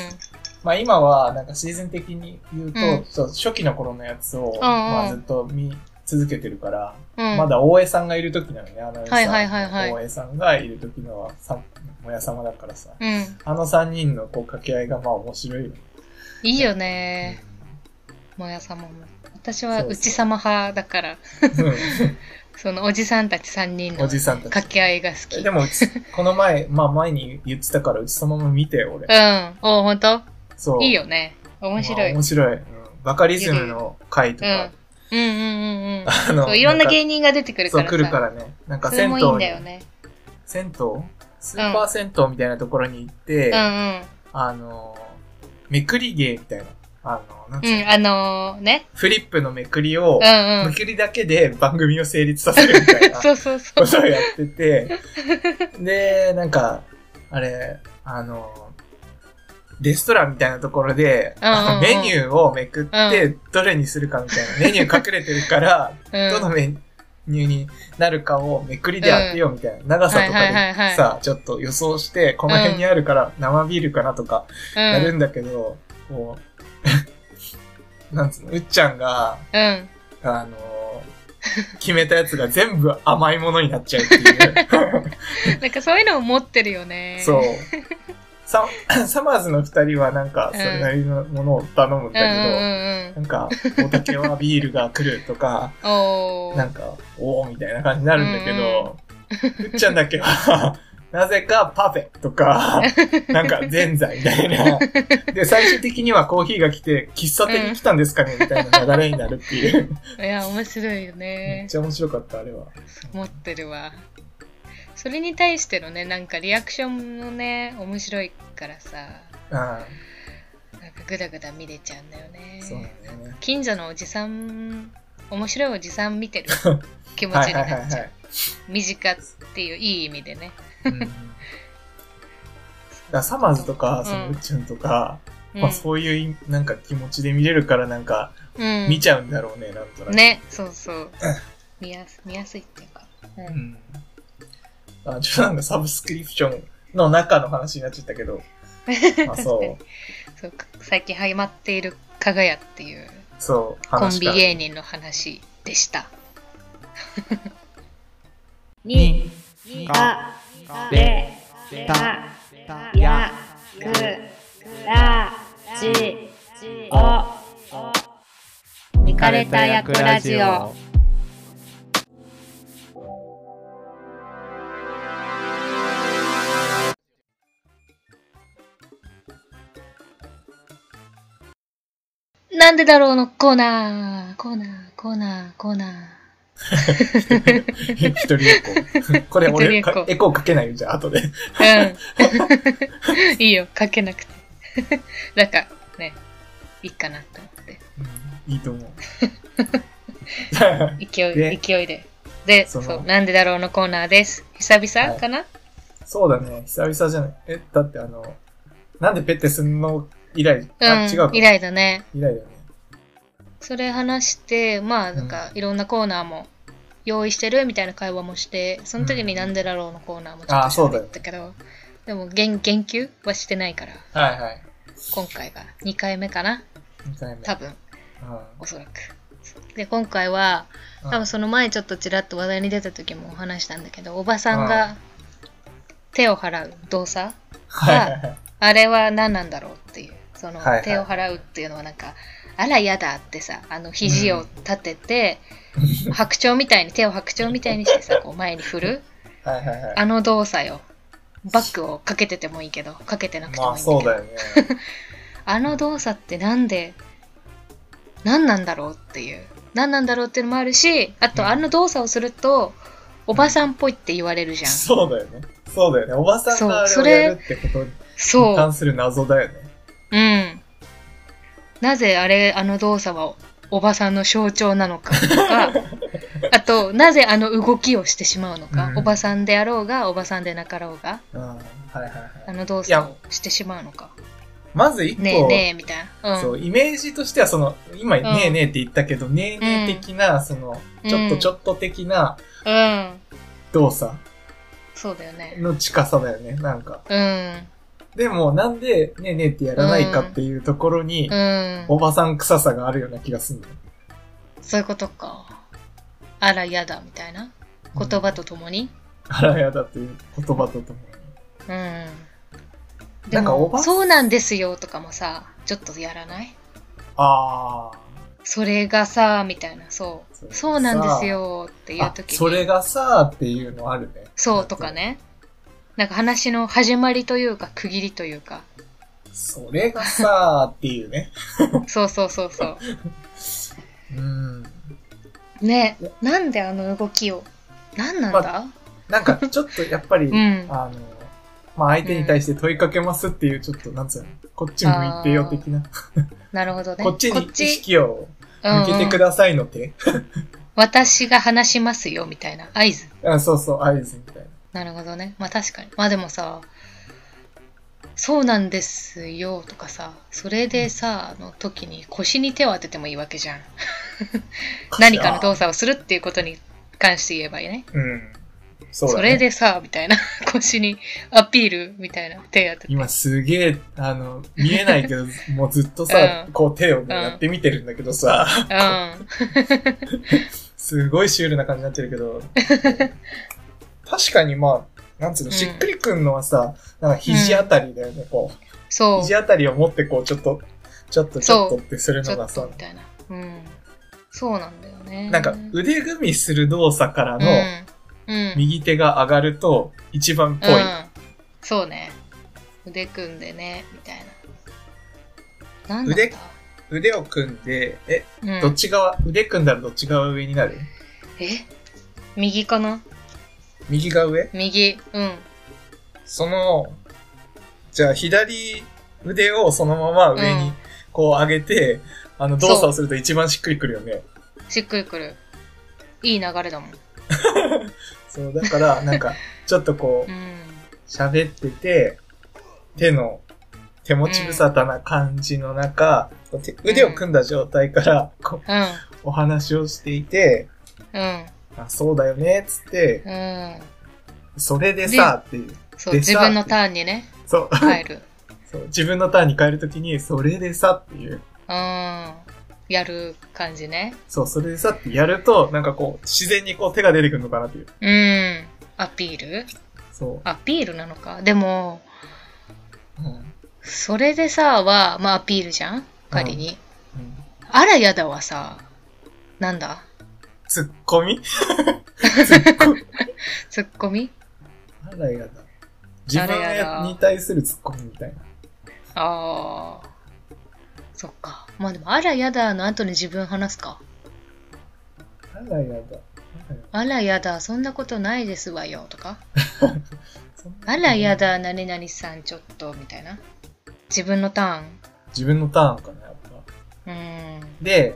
Speaker 1: まあ今はなんかシーズン的に言うと、
Speaker 2: うん
Speaker 1: ちょっと初期の頃のやつを、
Speaker 2: ん
Speaker 1: まあずっと見続けてるから、
Speaker 2: うん。
Speaker 1: まだ大江さんがいる時なのね、あの、
Speaker 2: はいはいはいはい
Speaker 1: 大江さんがいる時のはさ、もやさまだからさ、
Speaker 2: うん。
Speaker 1: あの3人のこう掛け合いがまあ面白いよね。
Speaker 2: いいよね。もやさまも。私
Speaker 1: そ
Speaker 2: は
Speaker 1: うそう
Speaker 2: 内様派だから、そのおじさんたち3人
Speaker 1: うんお
Speaker 2: の
Speaker 1: じさんた
Speaker 2: 掛
Speaker 1: ち。
Speaker 2: け合いが好き。
Speaker 1: で
Speaker 2: うん。
Speaker 1: もうち、この前、まあ前に言ってたから、うちそのまま見てよ、俺。
Speaker 2: おほんと
Speaker 1: そう。
Speaker 2: いいよね。面白
Speaker 1: まあ
Speaker 2: い。
Speaker 1: 面白い。うんバカリズムの回とか、
Speaker 2: うんうん
Speaker 1: [LAUGHS]
Speaker 2: うんうん。
Speaker 1: あの
Speaker 2: そういろんな
Speaker 1: 人
Speaker 2: 芸人が出てくるからさ。
Speaker 1: そう、来るからね。なんか
Speaker 2: そ
Speaker 1: 銭
Speaker 2: れ
Speaker 1: 湯
Speaker 2: も
Speaker 1: に、
Speaker 2: いいんだよね。
Speaker 1: 銭湯スーパー銭湯みたいなところに行って、
Speaker 2: うんうん。
Speaker 1: あの、めくり芸みたいな。あの、なんつうの、
Speaker 2: うん、あのー、ね。
Speaker 1: フリップのめくりを
Speaker 2: う、ん
Speaker 1: め
Speaker 2: うん。
Speaker 1: くりだけで番組を成立させるみたいなこ
Speaker 2: [LAUGHS] そうそう
Speaker 1: [LAUGHS]
Speaker 2: そう。
Speaker 1: とをやってて、で、なんか、あれ、あの、レストランみたいなところで、
Speaker 2: うんうんうん
Speaker 1: あのメニューをめくって、どれにするかみたいな、メニュー隠れてるから、
Speaker 2: うん
Speaker 1: どのメニューになるかをめくりで当てようみたいな、長さとか
Speaker 2: はいはいはいは
Speaker 1: で
Speaker 2: い
Speaker 1: さ、ちょっと予想して、この辺にあるから生ビールかなとか
Speaker 2: う
Speaker 1: やる
Speaker 2: ん。
Speaker 1: んだけど、こう、 [LAUGHS] なんつうの、うっちゃんが、
Speaker 2: うん。
Speaker 1: あのー決めたやつが全部甘いものになっちゃうって
Speaker 2: [LAUGHS]
Speaker 1: いう。
Speaker 2: なんかそういうのを持ってるよね。
Speaker 1: そう。サ [COUGHS] サマーズの二人はなんか、それなりのものを頼むんだ
Speaker 2: うんうん
Speaker 1: け
Speaker 2: うん
Speaker 1: ど、なんか、お竹はビールが来るとか、
Speaker 2: うん。お
Speaker 1: なん
Speaker 2: ー。
Speaker 1: か、おーみたいな感じになるんだけど、うっちゃんだけは、 [LAUGHS] なぜかパフェと [LAUGHS] か、なんかぜんざいみたいな。で、最終的にはコーヒーが来て、喫茶店に来たんですかねみたいな流れになるっていう。
Speaker 2: いや、面白いよ
Speaker 1: めっ
Speaker 2: ね。
Speaker 1: ちゃ面白かった、あれは。
Speaker 2: 持ってるわ。それに対してのね、なんかリアクションもね、面白いからさ、
Speaker 1: うん。
Speaker 2: なんかぐだぐだ見れちゃうんだよね
Speaker 1: そうなんだよね。
Speaker 2: 近所のおじさん面白いおじさん見
Speaker 1: [LAUGHS]
Speaker 2: てる気持ちになっちゃう、
Speaker 1: はい。
Speaker 2: 身近っていういい意味でね
Speaker 1: うんだからサマーズとか、その
Speaker 2: う
Speaker 1: うんっちゃんとか、
Speaker 2: うん
Speaker 1: まあそういういなんか気持ちで見れるからなんか
Speaker 2: うん
Speaker 1: 見ちゃうんだろうね、なんとなく。
Speaker 2: ねそうそう見やす見やすいっていうか、う
Speaker 1: うんん。あ、ちょっとなんかサブスクリプションの中の話になっちゃったけ
Speaker 2: [LAUGHS]
Speaker 1: ど。まあそう、
Speaker 2: そうか最近ハマっている加賀屋っていう
Speaker 1: そう、
Speaker 2: コン
Speaker 1: 話
Speaker 2: ビ
Speaker 1: から。
Speaker 2: 芸人の話でした
Speaker 3: に、か、べ、た、や、く、ら、じ、お、見かれた役ラジオ。
Speaker 2: なんでだろうのコーナーコーナーコーナーコーナー
Speaker 1: 一人エコー。 [LAUGHS] これ俺
Speaker 2: 一人エコ
Speaker 1: か
Speaker 2: ー
Speaker 1: エコーかけないよ、じゃあ後で。
Speaker 2: うん [LAUGHS] いいよかけなくてなんかねいいかなと思って
Speaker 1: うんいいと思う。 [LAUGHS]
Speaker 2: 勢
Speaker 1: で
Speaker 2: い勢いでで
Speaker 1: そ
Speaker 2: そ
Speaker 1: の
Speaker 2: う「なんでだろう」のコーナーです久々かな、
Speaker 1: そうだね、久々じゃない。え、だってあの、なんでペッてすんの以来、あ、違う
Speaker 2: うん
Speaker 1: か。
Speaker 2: 以来だね
Speaker 1: 以来だね。
Speaker 2: それ話してまあなんかいろんなコーナーも用意してるみたいな会話もしてその時に「なんでだろう」のコーナーもちょっ
Speaker 1: あそう
Speaker 2: と
Speaker 1: だよ
Speaker 2: 喋ったけど、でも言言及はしてないから
Speaker 1: はいはい。
Speaker 2: 今回が2回目かな
Speaker 1: 二回目。
Speaker 2: 多分
Speaker 1: う
Speaker 2: おそらくで今回は
Speaker 1: ん。
Speaker 2: 多分その前ちょっとちらっと話題に出た時もお話したんだけどおばさん
Speaker 1: う
Speaker 2: が手を払う動作
Speaker 1: はいはいはい。
Speaker 2: あれは何なんだろうっていうその
Speaker 1: はいはい
Speaker 2: 手を払うっていうのはなんかあら嫌だってさあの肘を立てて、白鳥みたいに手を白鳥みたいにしてさこう前に振る
Speaker 1: はいはいはい。
Speaker 2: あの動作よバッグをかけててもいいけどかけてなくて
Speaker 1: ま
Speaker 2: も
Speaker 1: あ
Speaker 2: いいんだ
Speaker 1: そう
Speaker 2: けど
Speaker 1: だよね。
Speaker 2: あの動作ってなんで何なんだろうっていう何なんだろうっていうのもあるしあ
Speaker 1: う
Speaker 2: と
Speaker 1: ん
Speaker 2: あの動作をするとおばさんっぽいって言われるじゃん
Speaker 1: そうだよね。そうだよね。おばさんがあれ
Speaker 2: そう
Speaker 1: を
Speaker 2: それ
Speaker 1: やるってことに
Speaker 2: そう
Speaker 1: 関する謎だよね。
Speaker 2: うんなぜあれあの動作はおばさんの象徴なのかと
Speaker 1: [LAUGHS]
Speaker 2: かあとなぜあの動きをしてしまうのか、
Speaker 1: うん
Speaker 2: おばさんであろうがおばさんでなかろうが
Speaker 1: うん。はいはいは
Speaker 2: あ
Speaker 1: い。
Speaker 2: の動作をしてしまうのか
Speaker 1: まず一個、
Speaker 2: ねえねえみたいなうん
Speaker 1: そう、イメージとしては、その、今、
Speaker 2: ん
Speaker 1: ねえねえって言ったけど、ねえねえ的な、その、ちょっと
Speaker 2: うん
Speaker 1: ちょっと的な
Speaker 2: うん
Speaker 1: 動作
Speaker 2: そうだよね
Speaker 1: の近さだよね、なんか。
Speaker 2: うん
Speaker 1: でも、なんで、ねえねえってやらないかっていうところに、
Speaker 2: うん
Speaker 1: おばさん臭さがあるような気がするの。
Speaker 2: そういうことか。あら、やだ、みたいな。言葉とともに。
Speaker 1: あらやだという言葉ととも
Speaker 2: うん。
Speaker 1: に。
Speaker 2: で
Speaker 1: なんか、お
Speaker 2: も、
Speaker 1: ば
Speaker 2: そうなんですよ、とかもさ、ちょっとやらない
Speaker 1: ああ。
Speaker 2: それがさ、みたいな、そう。
Speaker 1: そ
Speaker 2: そううなんですよ、っていう
Speaker 1: あ
Speaker 2: 時に。
Speaker 1: それがさーっていうのあるね。
Speaker 2: そうとか。ね。なんか話の始まりというか、区切りというか。
Speaker 1: それがさーっていうね。
Speaker 2: そうそうそうそ
Speaker 1: うん。
Speaker 2: う。ね、なんであの動きを。なんなんだ、
Speaker 1: なんか、ちょっとやっぱり、
Speaker 2: うん。
Speaker 1: あの、まあ、相手に対して問いかけますっていう、ちょっと、なんつうの、こっち向いてよ的な、
Speaker 2: なるほどね。
Speaker 1: こっちに意識を
Speaker 2: うん
Speaker 1: 向けてくださいの手、
Speaker 2: 私が話しますよ、みたいな。合図。
Speaker 1: あそうそう、合図みたい
Speaker 2: なるほどね。まあ確かに。まあでもさ、そうなんですよとかさ、それでさ、あの時に腰に手を当ててもいいわけじゃん。
Speaker 1: な。
Speaker 2: 何かの動作をするっていうことに関して言えばいいね。
Speaker 1: うん。そ
Speaker 2: そう
Speaker 1: だ、ね。
Speaker 2: れ。でさ、みたいな。 [LAUGHS] 腰にアピールみたいな手当てて。
Speaker 1: 今すげえ、あの、見えないけど、もうずっとさ、
Speaker 2: うん
Speaker 1: こう手をね、
Speaker 2: うん
Speaker 1: やってみてるんだけどさ、
Speaker 2: うん。
Speaker 1: すごいシュールな感じになってるけ
Speaker 2: [LAUGHS]
Speaker 1: ど、確かにまあ、なんつうの、
Speaker 2: うん
Speaker 1: しっくりくんのはさ、なんか肘あたりだよね、こう。
Speaker 2: そう。
Speaker 1: 肘あたりを持ってこう、ちょっと、ちょっとちょっとってする
Speaker 2: ち
Speaker 1: の
Speaker 2: ょ
Speaker 1: が
Speaker 2: っ
Speaker 1: さ
Speaker 2: とみ、たいな。うん。そうなんだよね。
Speaker 1: なんか腕組みする動作から
Speaker 2: うん、
Speaker 1: の
Speaker 2: うん。
Speaker 1: 右手が上がると一番ぽい。
Speaker 2: うん、そうね腕組んでねみたいななんだった
Speaker 1: 腕腕を組んで、え、
Speaker 2: うん、
Speaker 1: どっち側、腕組んだらどっち側上になる
Speaker 2: え右かな
Speaker 1: 右が上
Speaker 2: 右うん
Speaker 1: その、じゃあ左腕をそのまま上
Speaker 2: う
Speaker 1: に
Speaker 2: ん
Speaker 1: こう上げて、あの、動作をすると一番しっくりくるよね。
Speaker 2: しっくりくる。いい流れだもん。
Speaker 1: そう、だから、なんか、ちょっとこ
Speaker 2: う
Speaker 1: う、
Speaker 2: ん。
Speaker 1: 喋ってて、手の、手持ち無沙汰な感じの中、こう手腕を組んだ状態から、こ
Speaker 2: うん。
Speaker 1: う、お話をしていて、
Speaker 2: うん。
Speaker 1: あ、そうだよね、つって、
Speaker 2: うん。
Speaker 1: それでさ、っていう。
Speaker 2: そう、
Speaker 1: でさ
Speaker 2: 自分のターン
Speaker 1: [LAUGHS]
Speaker 2: にね、
Speaker 1: そう。
Speaker 2: 帰る。
Speaker 1: そう自分のターンに変えるときに、それでさっていう。
Speaker 2: うん。やる感じね。
Speaker 1: そう、それでさってやると、なんかこう、自然にこう手が出てくるのかなっていう。
Speaker 2: うん。アピール
Speaker 1: そ
Speaker 2: アピールなのか。でも、
Speaker 1: う。うん。
Speaker 2: それでさは、まあアピールじゃん仮に。
Speaker 1: うん、
Speaker 2: あらやだはさ、なんだ
Speaker 1: ツッコミ [LAUGHS] ツッコミ。
Speaker 2: ツッコミ
Speaker 1: あらやだ。自分
Speaker 2: あらやだ
Speaker 1: に対するツッコミみたいな。
Speaker 2: ああ。そっか。まあでも、あらやだの後に自分話すか。
Speaker 1: あらやだ。あらやだ
Speaker 2: あらやだ、そんなことないですわよ、とか。あらや。だ、何々さん、ちょっと、みたいな。自分のタ
Speaker 1: 自分のターンかな、やっぱ。
Speaker 2: ーン。
Speaker 1: で、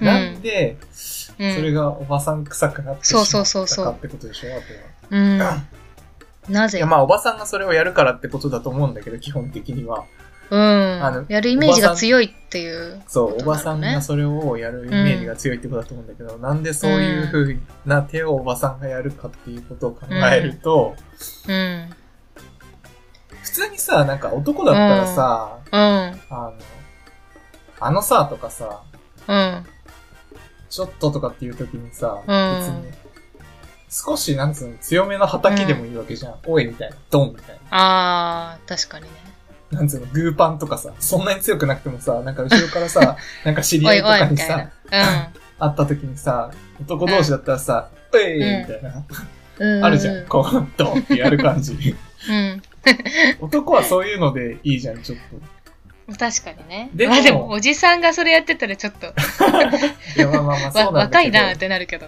Speaker 2: うん
Speaker 1: なんで、
Speaker 2: うん。
Speaker 1: それ
Speaker 2: が。
Speaker 1: がおばさん臭くなってし
Speaker 2: そ
Speaker 1: ま
Speaker 2: う
Speaker 1: った
Speaker 2: そうそうそう
Speaker 1: かってことでしょ、あとは。
Speaker 2: うん。ないぜ
Speaker 1: や、まあ、おばさんがそれをやるからってことだと思うんだけど、基本的には。あ
Speaker 2: う
Speaker 1: の
Speaker 2: ん。やるイメージが強いっていうこと
Speaker 1: そう、
Speaker 2: なのね。
Speaker 1: おばさんがそれをやるイメージが強いってことだと思うんだけど、なんでそういう風な手をおばさんがやるかっていうことを考えると、
Speaker 2: うん。
Speaker 1: 普通にさ、なんか男だったらさ、
Speaker 2: うん。
Speaker 1: あの、あのさとかさ、
Speaker 2: うん。
Speaker 1: ちょっととかっていう時にさ、
Speaker 2: うん
Speaker 1: 別に、少しなんつうの、強めの叩きでもいいわけじゃん。おいみたいな、ドンみたい
Speaker 2: ああ、確かにね。
Speaker 1: な。なんつうの、グーパンとかさ、そんなに強くなくてもさ、なんか後ろ [LAUGHS] からさ、なんか知り
Speaker 2: お
Speaker 1: 合い
Speaker 2: い
Speaker 1: と
Speaker 2: お
Speaker 1: か
Speaker 2: い、
Speaker 1: に
Speaker 2: みたい
Speaker 1: さ
Speaker 2: な、。うん。
Speaker 1: 会った時にさ、男同士だったらさ、うえいみたいな。
Speaker 2: う
Speaker 1: あるじゃん。こう、ドンってやる感
Speaker 2: [LAUGHS]
Speaker 1: じ。
Speaker 2: うん。
Speaker 1: 男はそういうのでいいじゃん、ちょっと。
Speaker 2: 確かにね。
Speaker 1: でも
Speaker 2: まあでも、おじさんがそれやってたらちょっと、
Speaker 1: いや、まあまあまあ、そ
Speaker 2: わ
Speaker 1: うなんだ
Speaker 2: 若
Speaker 1: け
Speaker 2: い
Speaker 1: ど。
Speaker 2: なーってなるけど。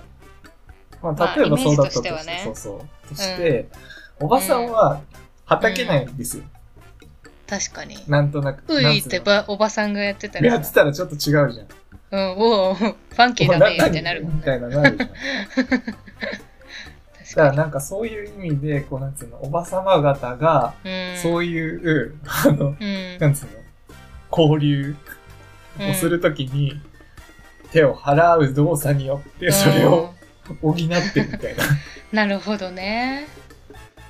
Speaker 1: まあ、例えばそうだったとして、
Speaker 2: まあイメージとしてはね
Speaker 1: そうそう。そして、おばさんは、はたけないんですよ。
Speaker 2: 確かに。
Speaker 1: なんとなく。
Speaker 2: う
Speaker 1: なん
Speaker 2: い
Speaker 1: つう
Speaker 2: っ
Speaker 1: の
Speaker 2: てばおばさんがやってた
Speaker 1: や
Speaker 2: ら
Speaker 1: って、たらちょっと違うじゃん。
Speaker 2: うん、おお、ファンキーだね
Speaker 1: お
Speaker 2: ってなるもん
Speaker 1: みた
Speaker 2: ね。
Speaker 1: いな、なるじゃん。だから
Speaker 2: 確かに。
Speaker 1: なんかそういう意味で、こう、なんつうの、おばさま方が、
Speaker 2: うん。
Speaker 1: そういう、あの、
Speaker 2: うん。
Speaker 1: なんつうの、交流をするときに、手を払う動作によっ
Speaker 2: うん
Speaker 1: て、それを補ってみたいな。
Speaker 2: うんなるほどね。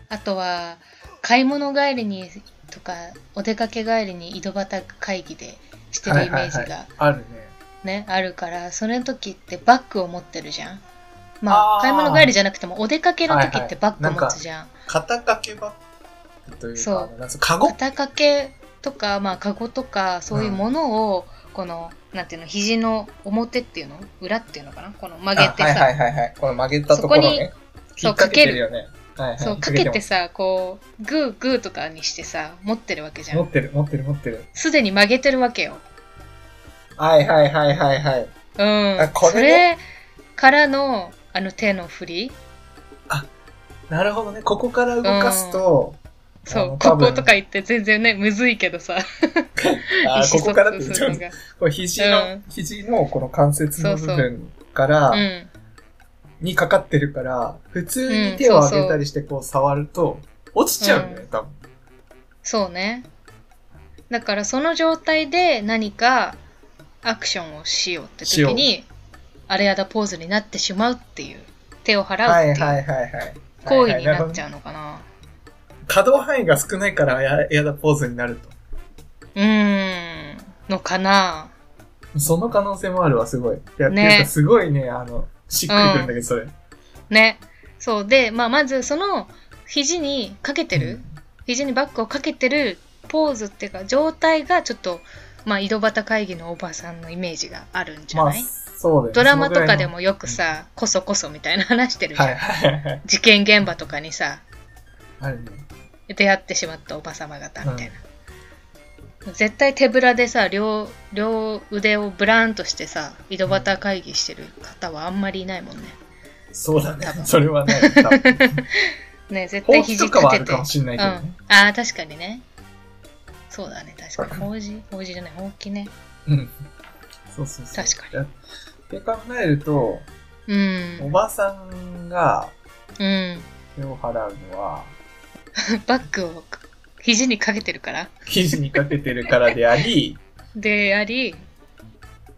Speaker 2: あとは、買い物帰りにとか、お出かけ帰りに井戸端会議でしてるイメージ
Speaker 1: はいはいは
Speaker 2: が
Speaker 1: い、あるね。
Speaker 2: ね、あるから、それの時ってバッグを持ってるじゃん。まあ、
Speaker 1: あー
Speaker 2: 買い物帰りじゃなくても、お出かけの時
Speaker 1: は
Speaker 2: っ
Speaker 1: いは
Speaker 2: て
Speaker 1: い
Speaker 2: バッグ持つじゃん。
Speaker 1: 肩掛けバッグというか、
Speaker 2: そう
Speaker 1: あのなんつうか、カゴ
Speaker 2: 肩掛けとか、まあ、カゴとか、そういうものを、この、なんていうの、肘の表っていうの裏っていうのかなこの曲げて
Speaker 1: あはい
Speaker 2: さ、
Speaker 1: はいはいはい。この曲げたところね。
Speaker 2: そこにそう
Speaker 1: 引っ掛けてるよね。はいはい。
Speaker 2: そう、かけてさ、こう、グーグーとかにしてさ、持ってるわけじゃ
Speaker 1: 持
Speaker 2: ん。
Speaker 1: ってる、持ってる、持ってる。
Speaker 2: すでに曲げてるわけよ。
Speaker 1: はいはいはいはいはい。
Speaker 2: うん。
Speaker 1: あこ
Speaker 2: そ
Speaker 1: れね
Speaker 2: れからの、あの手の振り
Speaker 1: なるほどね。ここから動かすと、
Speaker 2: そ
Speaker 1: あの
Speaker 2: う、
Speaker 1: 多
Speaker 2: こ
Speaker 1: 分
Speaker 2: ことか言って全然ね、むずいけどさ、
Speaker 1: あーここからって言っ
Speaker 2: 疎通
Speaker 1: ち
Speaker 2: す
Speaker 1: ゃ
Speaker 2: る
Speaker 1: う
Speaker 2: の。が。
Speaker 1: これ肘の、
Speaker 2: うん
Speaker 1: 肘のこの関節の部分から、
Speaker 2: うん。
Speaker 1: にかかってるから、普通に手を
Speaker 2: うんそうそう
Speaker 1: 上げたりしてこう触ると、落ちちゃうんだよね、多分。
Speaker 2: そうね。だからその状態で何かアクションをしようって時に、あれやだポーズになってしまうっていう、手を払
Speaker 1: は
Speaker 2: う
Speaker 1: い
Speaker 2: ってい
Speaker 1: は
Speaker 2: う
Speaker 1: いはいはい。
Speaker 2: 行為になっち
Speaker 1: う。
Speaker 2: ゃうのかな。
Speaker 1: 可動範囲が少ないからや、やだポーズになると。
Speaker 2: うーん、のかな。
Speaker 1: その可能性もあるわ、すごい。いや、
Speaker 2: ね
Speaker 1: っていうかすごいね、あの、しっくりくるんだけど、それ。
Speaker 2: ね。そうで、まあ、まずその肘にかけて
Speaker 1: う
Speaker 2: る、
Speaker 1: ん
Speaker 2: 肘にバッグをかけてるポーズっていうか状態がちょっと、まあ、井戸端会議のおばさんのイメージがあるんじゃ
Speaker 1: まあ
Speaker 2: ない、、
Speaker 1: そうだよね
Speaker 2: ドラマとかで。もよくさ、こそこそみたいな話してるじゃん
Speaker 1: はい。はいはいはい。
Speaker 2: 事件現場とかにさ
Speaker 1: あるね。
Speaker 2: 出会ってしまったおばさま方みたいな、絶対手ぶらでさ両両腕をブラーンとしてさ井戸端会議してる方はあんまりいないもんね
Speaker 1: そうだね
Speaker 2: 多。分
Speaker 1: それはね、多分
Speaker 2: [LAUGHS] ね絶
Speaker 1: ほ
Speaker 2: 対
Speaker 1: うき
Speaker 2: 肘
Speaker 1: とかは
Speaker 2: 立
Speaker 1: あ
Speaker 2: て
Speaker 1: る
Speaker 2: て
Speaker 1: かもしれな
Speaker 2: う
Speaker 1: いけ
Speaker 2: ん
Speaker 1: どね。
Speaker 2: あー確かにねそうだね、確かに。法事法事じゃない、ほうきね。
Speaker 1: うん。そうそうそう。
Speaker 2: 確かに
Speaker 1: に。って考えると、
Speaker 2: う
Speaker 1: お
Speaker 2: ん。
Speaker 1: ばさんが
Speaker 2: うん。
Speaker 1: 手を払うのは、
Speaker 2: バッグを肘にかけてるから。
Speaker 1: 生地にかけてるからであ
Speaker 2: [LAUGHS]
Speaker 1: り、
Speaker 2: であり、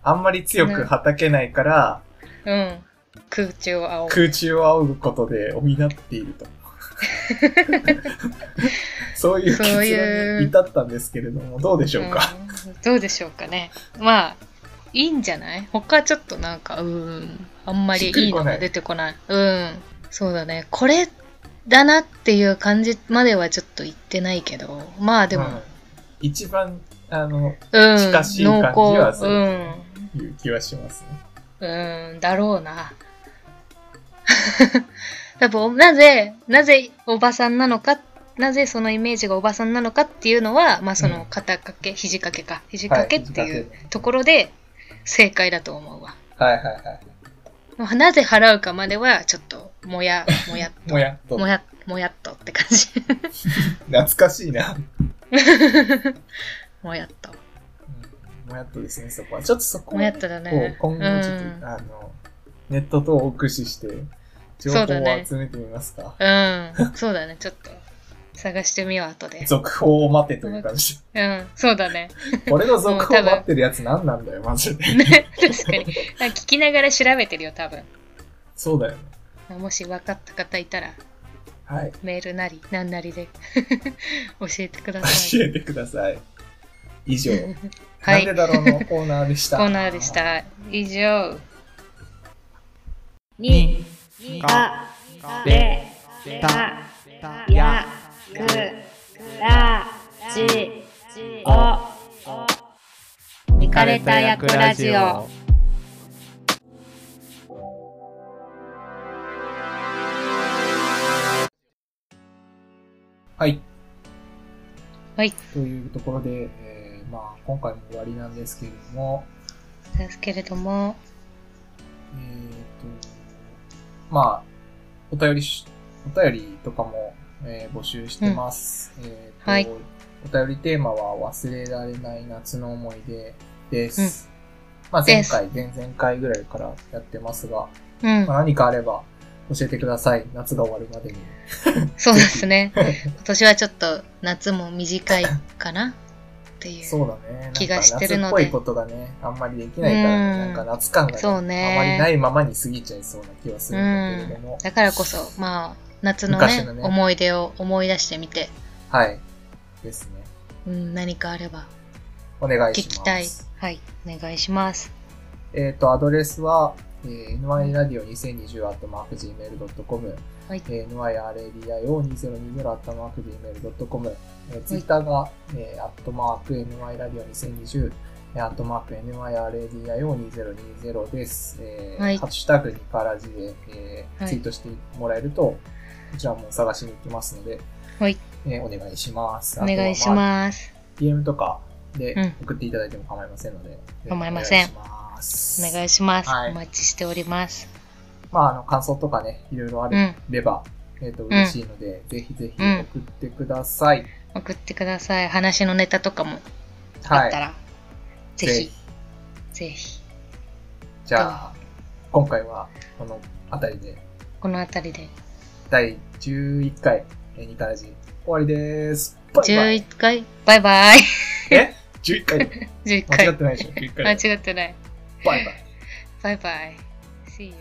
Speaker 1: あんまり強くはたけないから、
Speaker 2: うん。空中を仰ぐ。
Speaker 1: 空中を仰ぐことで補っている
Speaker 2: [LAUGHS]
Speaker 1: と。そういう結
Speaker 2: そうい
Speaker 1: 論
Speaker 2: う
Speaker 1: に至ったんですけれども、どうでしょうか。
Speaker 2: うんどうでしょうかね。まあ、いいんじゃない他ちょっとなんか、うーん。あんまりいいのが出てこない。うん。そうだね。これだなっていう感じまではちょっと言ってないけど、まあでも、
Speaker 1: うん一番、あの、
Speaker 2: うん。
Speaker 1: 近しい感じ
Speaker 2: 濃
Speaker 1: は
Speaker 2: 厚。
Speaker 1: す
Speaker 2: う
Speaker 1: るい
Speaker 2: ん。
Speaker 1: う気はしますね。
Speaker 2: うーん、だろうな。 [LAUGHS] 多分、なぜ、なぜおばさんなのか、なぜそのイメージがおばさんなのかっていうのは、まあその肩掛け、肘掛けか、肘掛けって
Speaker 1: はい
Speaker 2: い
Speaker 1: 肘
Speaker 2: うところで正解だと思うわ。
Speaker 1: はいはいは
Speaker 2: まあなぜ払うかまでは、ちょっと、も
Speaker 1: [LAUGHS]
Speaker 2: や、もやっ
Speaker 1: い。
Speaker 2: と
Speaker 1: も、やっと
Speaker 2: も。や、もやっとって感じ。 [LAUGHS]
Speaker 1: 懐かしいな。
Speaker 2: もやっと。
Speaker 1: うんもやっとですね、そこは。ちょっとそこ
Speaker 2: も
Speaker 1: は
Speaker 2: や
Speaker 1: ね
Speaker 2: っとだ
Speaker 1: こう
Speaker 2: ね。
Speaker 1: 今後ちょっと、
Speaker 2: うん
Speaker 1: あの、ネット等を駆使して、情報
Speaker 2: そうだね
Speaker 1: を集めてみますか。
Speaker 2: うん、そうだね、ちょっと。探してみよう、後で。
Speaker 1: 続報を待てという感じ。
Speaker 2: うん、そうだね。
Speaker 1: 俺の続報
Speaker 2: う
Speaker 1: を
Speaker 2: ん多分
Speaker 1: 待ってるやつ何なんだよ、マ
Speaker 2: [LAUGHS]
Speaker 1: ジで。
Speaker 2: ね確かに。あ聞きながら調べてるよ、多分。
Speaker 1: そうだよね。
Speaker 2: もし分かった方いたら、
Speaker 1: はい。
Speaker 2: メールなり、なんなりで [LAUGHS] 教えてください。
Speaker 1: 教えてください。以上、
Speaker 2: [LAUGHS] は
Speaker 1: なんで
Speaker 2: い、
Speaker 1: だろうのコーナーでし
Speaker 2: コ
Speaker 1: た。
Speaker 2: ーナーでし。た。以上。
Speaker 3: にかかれたややくらじお見かれたやくラジオ
Speaker 1: はい。
Speaker 2: はい。
Speaker 1: というところで、えーまあ、今回も終わりなんですけれども、
Speaker 2: ですけれども、
Speaker 1: えーと、まあ、お便りし、お便りとかも、えー募集してます。えーと
Speaker 2: はい
Speaker 1: お便りテーマは忘れられない夏の思い出です。まあ、
Speaker 2: で
Speaker 1: 前
Speaker 2: す
Speaker 1: 回、前々回ぐらいからやってますが、
Speaker 2: うん
Speaker 1: ま、あ、何かあれば教えてください。夏が終わるまでに。
Speaker 2: そうですね。今年はちょっと夏も短いかなっていう。
Speaker 1: そうだね。なんか
Speaker 2: 気がしてるの
Speaker 1: 夏っ
Speaker 2: で
Speaker 1: ぽいことがね、あんまりできないからね、
Speaker 2: うん
Speaker 1: なんか夏感が、
Speaker 2: そうね
Speaker 1: あまりないままに過ぎちゃいそうな気はするんだけれども。
Speaker 2: だからこそ、まあ、夏の
Speaker 1: 昔
Speaker 2: ね、
Speaker 1: のね
Speaker 2: 思い出を思い出してみて、
Speaker 1: はい。ですね。
Speaker 2: うん、何かあれば
Speaker 1: お願い
Speaker 2: 聞
Speaker 1: し
Speaker 2: き
Speaker 1: ます。
Speaker 2: たい。はい、お願いします。
Speaker 1: えっ、と、アドレスは、えー、nyradio2020.gmail.com、
Speaker 2: はい、
Speaker 1: えー、nyradio2020.gmail.com、えー、ツイッターが、えー、アットマーク nyradio2020、えー、アットマーク nyradio2020 です。えー
Speaker 2: はい
Speaker 1: ハッシュタグにからじで、えー
Speaker 2: はい
Speaker 1: ツイートしてもらえると、こちらも探しに行きますので、
Speaker 2: はい
Speaker 1: えーお願いします。
Speaker 2: お願いし
Speaker 1: あとはまあ
Speaker 2: ます。
Speaker 1: DM とかで
Speaker 2: うん
Speaker 1: 送っていただいても構いませんので、
Speaker 2: 構いません
Speaker 1: お願いします。
Speaker 2: お願いします。
Speaker 1: はい
Speaker 2: お待ちしております。
Speaker 1: まあ、あの、感想とかね、いろいろあ
Speaker 2: うん。
Speaker 1: れば、えっ、と、嬉しいので、ぜひぜひ送ってください。
Speaker 2: 送ってください。話のネタとかもあ
Speaker 1: は
Speaker 2: ったら、
Speaker 1: い。
Speaker 2: ぜ
Speaker 1: ぜ
Speaker 2: ひ
Speaker 1: ひ、
Speaker 2: ぜひ、
Speaker 1: じゃあ、今回は、このあたりで、
Speaker 2: この辺りで、
Speaker 1: 第11回、えーニカラジ、終わりです。バイバイ。
Speaker 2: 11回、バイバイ。
Speaker 1: え ?11
Speaker 2: [LAUGHS]
Speaker 1: 回だよ
Speaker 2: 11
Speaker 1: 間違っ
Speaker 2: 回。
Speaker 1: てないでしょ ?11 回だ
Speaker 2: 間
Speaker 1: よ。
Speaker 2: 違ってない。
Speaker 1: バイバイ。
Speaker 2: バイバイ。See you.